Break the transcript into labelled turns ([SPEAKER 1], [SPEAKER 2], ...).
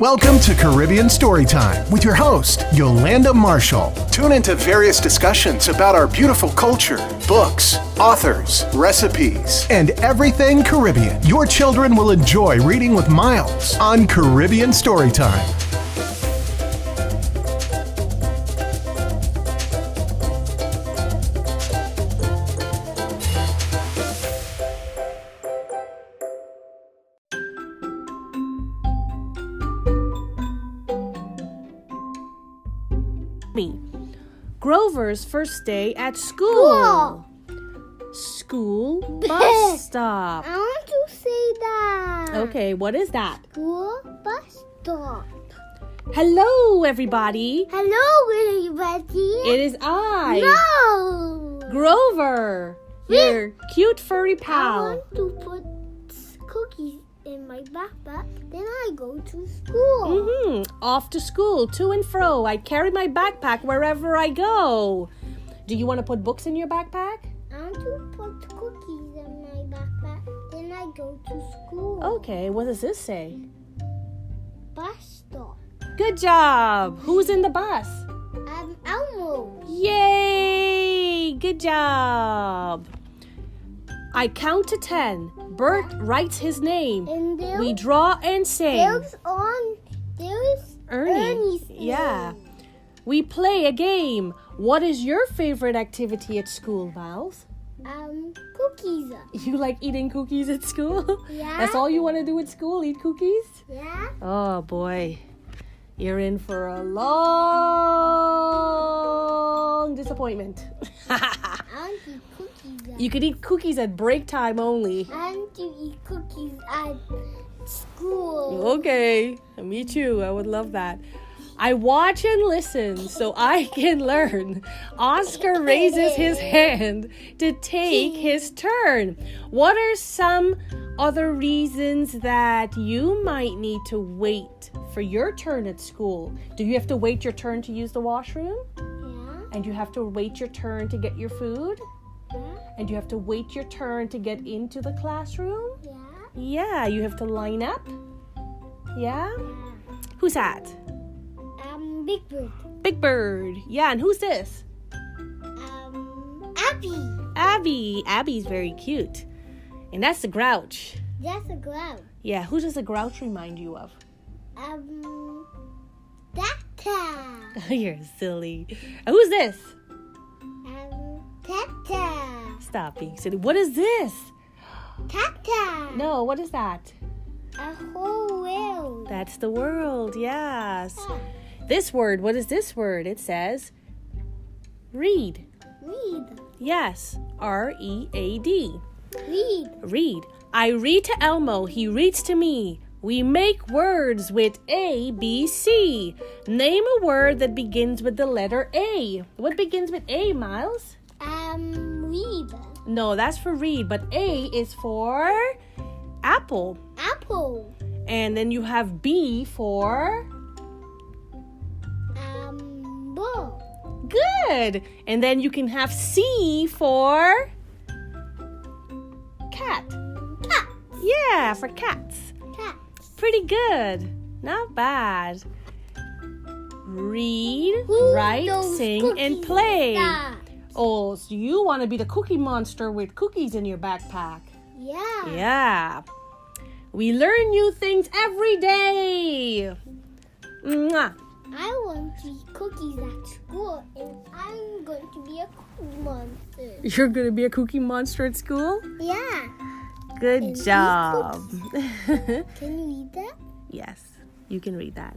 [SPEAKER 1] Welcome to Caribbean Storytime with your host, Yolanda Marshall. Tune into various discussions about our beautiful culture, books, authors, recipes, and everything Caribbean. Your children will enjoy reading with Miles on Caribbean Storytime.
[SPEAKER 2] me. Grover's first day at school. School bus stop.
[SPEAKER 3] I want to say that.
[SPEAKER 2] Okay, what is that?
[SPEAKER 3] School bus stop.
[SPEAKER 2] Hello, everybody.
[SPEAKER 3] Hello, everybody.
[SPEAKER 2] It is I,
[SPEAKER 3] no.
[SPEAKER 2] Grover, your cute furry
[SPEAKER 3] I
[SPEAKER 2] pal.
[SPEAKER 3] want to put cookies in my backpack. Then I go to school.
[SPEAKER 2] hmm Off to school, to and fro. I carry my backpack wherever I go. Do you want to put books in your backpack?
[SPEAKER 3] I want to put cookies in my backpack. Then I go to school.
[SPEAKER 2] Okay, what does this say?
[SPEAKER 3] Bus stop.
[SPEAKER 2] Good job. Who's in the bus?
[SPEAKER 3] Um, Elmo.
[SPEAKER 2] Yay! Good job. I count to ten. Bert writes his name.
[SPEAKER 3] And there,
[SPEAKER 2] We draw and sing.
[SPEAKER 3] there's on there's
[SPEAKER 2] Ernie.
[SPEAKER 3] Ernie's
[SPEAKER 2] Yeah. We play a game. What is your favorite activity at school, Miles?
[SPEAKER 3] um cookies.
[SPEAKER 2] You like eating cookies at school?
[SPEAKER 3] Yeah.
[SPEAKER 2] That's all you want to do at school? Eat cookies?
[SPEAKER 3] Yeah.
[SPEAKER 2] Oh boy. You're in for a long disappointment.
[SPEAKER 3] I want to eat cookies.
[SPEAKER 2] You could eat cookies at break time only.
[SPEAKER 3] I want to eat cookies at school.
[SPEAKER 2] Okay, me too. I would love that. I watch and listen so I can learn. Oscar raises his hand to take his turn. What are some other reasons that you might need to wait for your turn at school? Do you have to wait your turn to use the washroom?
[SPEAKER 3] Yeah.
[SPEAKER 2] And you have to wait your turn to get your food? And you have to wait your turn to get into the classroom?
[SPEAKER 3] Yeah.
[SPEAKER 2] Yeah, you have to line up. Yeah? Who's that?
[SPEAKER 3] Um, Big Bird.
[SPEAKER 2] Big Bird. Yeah, and who's this?
[SPEAKER 3] Um, Abby.
[SPEAKER 2] Abby. Abby's very cute. And that's the Grouch.
[SPEAKER 3] That's a glove.
[SPEAKER 2] Yeah, who does the Grouch remind you of?
[SPEAKER 3] Um, that cat.
[SPEAKER 2] Oh, You're silly. And who's this?
[SPEAKER 3] Um, Tata.
[SPEAKER 2] Stop being silly. What is this?
[SPEAKER 3] Tata.
[SPEAKER 2] No, what is that?
[SPEAKER 3] A whole world.
[SPEAKER 2] That's the world, yes. This word, what is this word? It says read.
[SPEAKER 3] Read.
[SPEAKER 2] Yes, R E A D.
[SPEAKER 3] Read.
[SPEAKER 2] Read. I read to Elmo, he reads to me. We make words with A, B, C. Name a word that begins with the letter A. What begins with A, Miles?
[SPEAKER 3] Um, read.
[SPEAKER 2] No, that's for read, but A is for apple.
[SPEAKER 3] Apple.
[SPEAKER 2] And then you have B for
[SPEAKER 3] Um, bull.
[SPEAKER 2] good. And then you can have C for cat.
[SPEAKER 3] Cat.
[SPEAKER 2] Yeah, for cats.
[SPEAKER 3] Cat.
[SPEAKER 2] pretty good. Not bad. Read,
[SPEAKER 3] Who
[SPEAKER 2] write,
[SPEAKER 3] those
[SPEAKER 2] sing, and
[SPEAKER 3] cookies
[SPEAKER 2] play.
[SPEAKER 3] are?
[SPEAKER 2] Oh, so you want to be the cookie monster with cookies in your backpack.
[SPEAKER 3] Yeah.
[SPEAKER 2] Yeah. We learn new things every day. Mwah.
[SPEAKER 3] I want to eat cookies at school, and I'm going to be a cookie monster.
[SPEAKER 2] You're going to be a cookie monster at school?
[SPEAKER 3] Yeah.
[SPEAKER 2] Good
[SPEAKER 3] And eat
[SPEAKER 2] job.
[SPEAKER 3] Can you eat that?
[SPEAKER 2] yes, you can read that.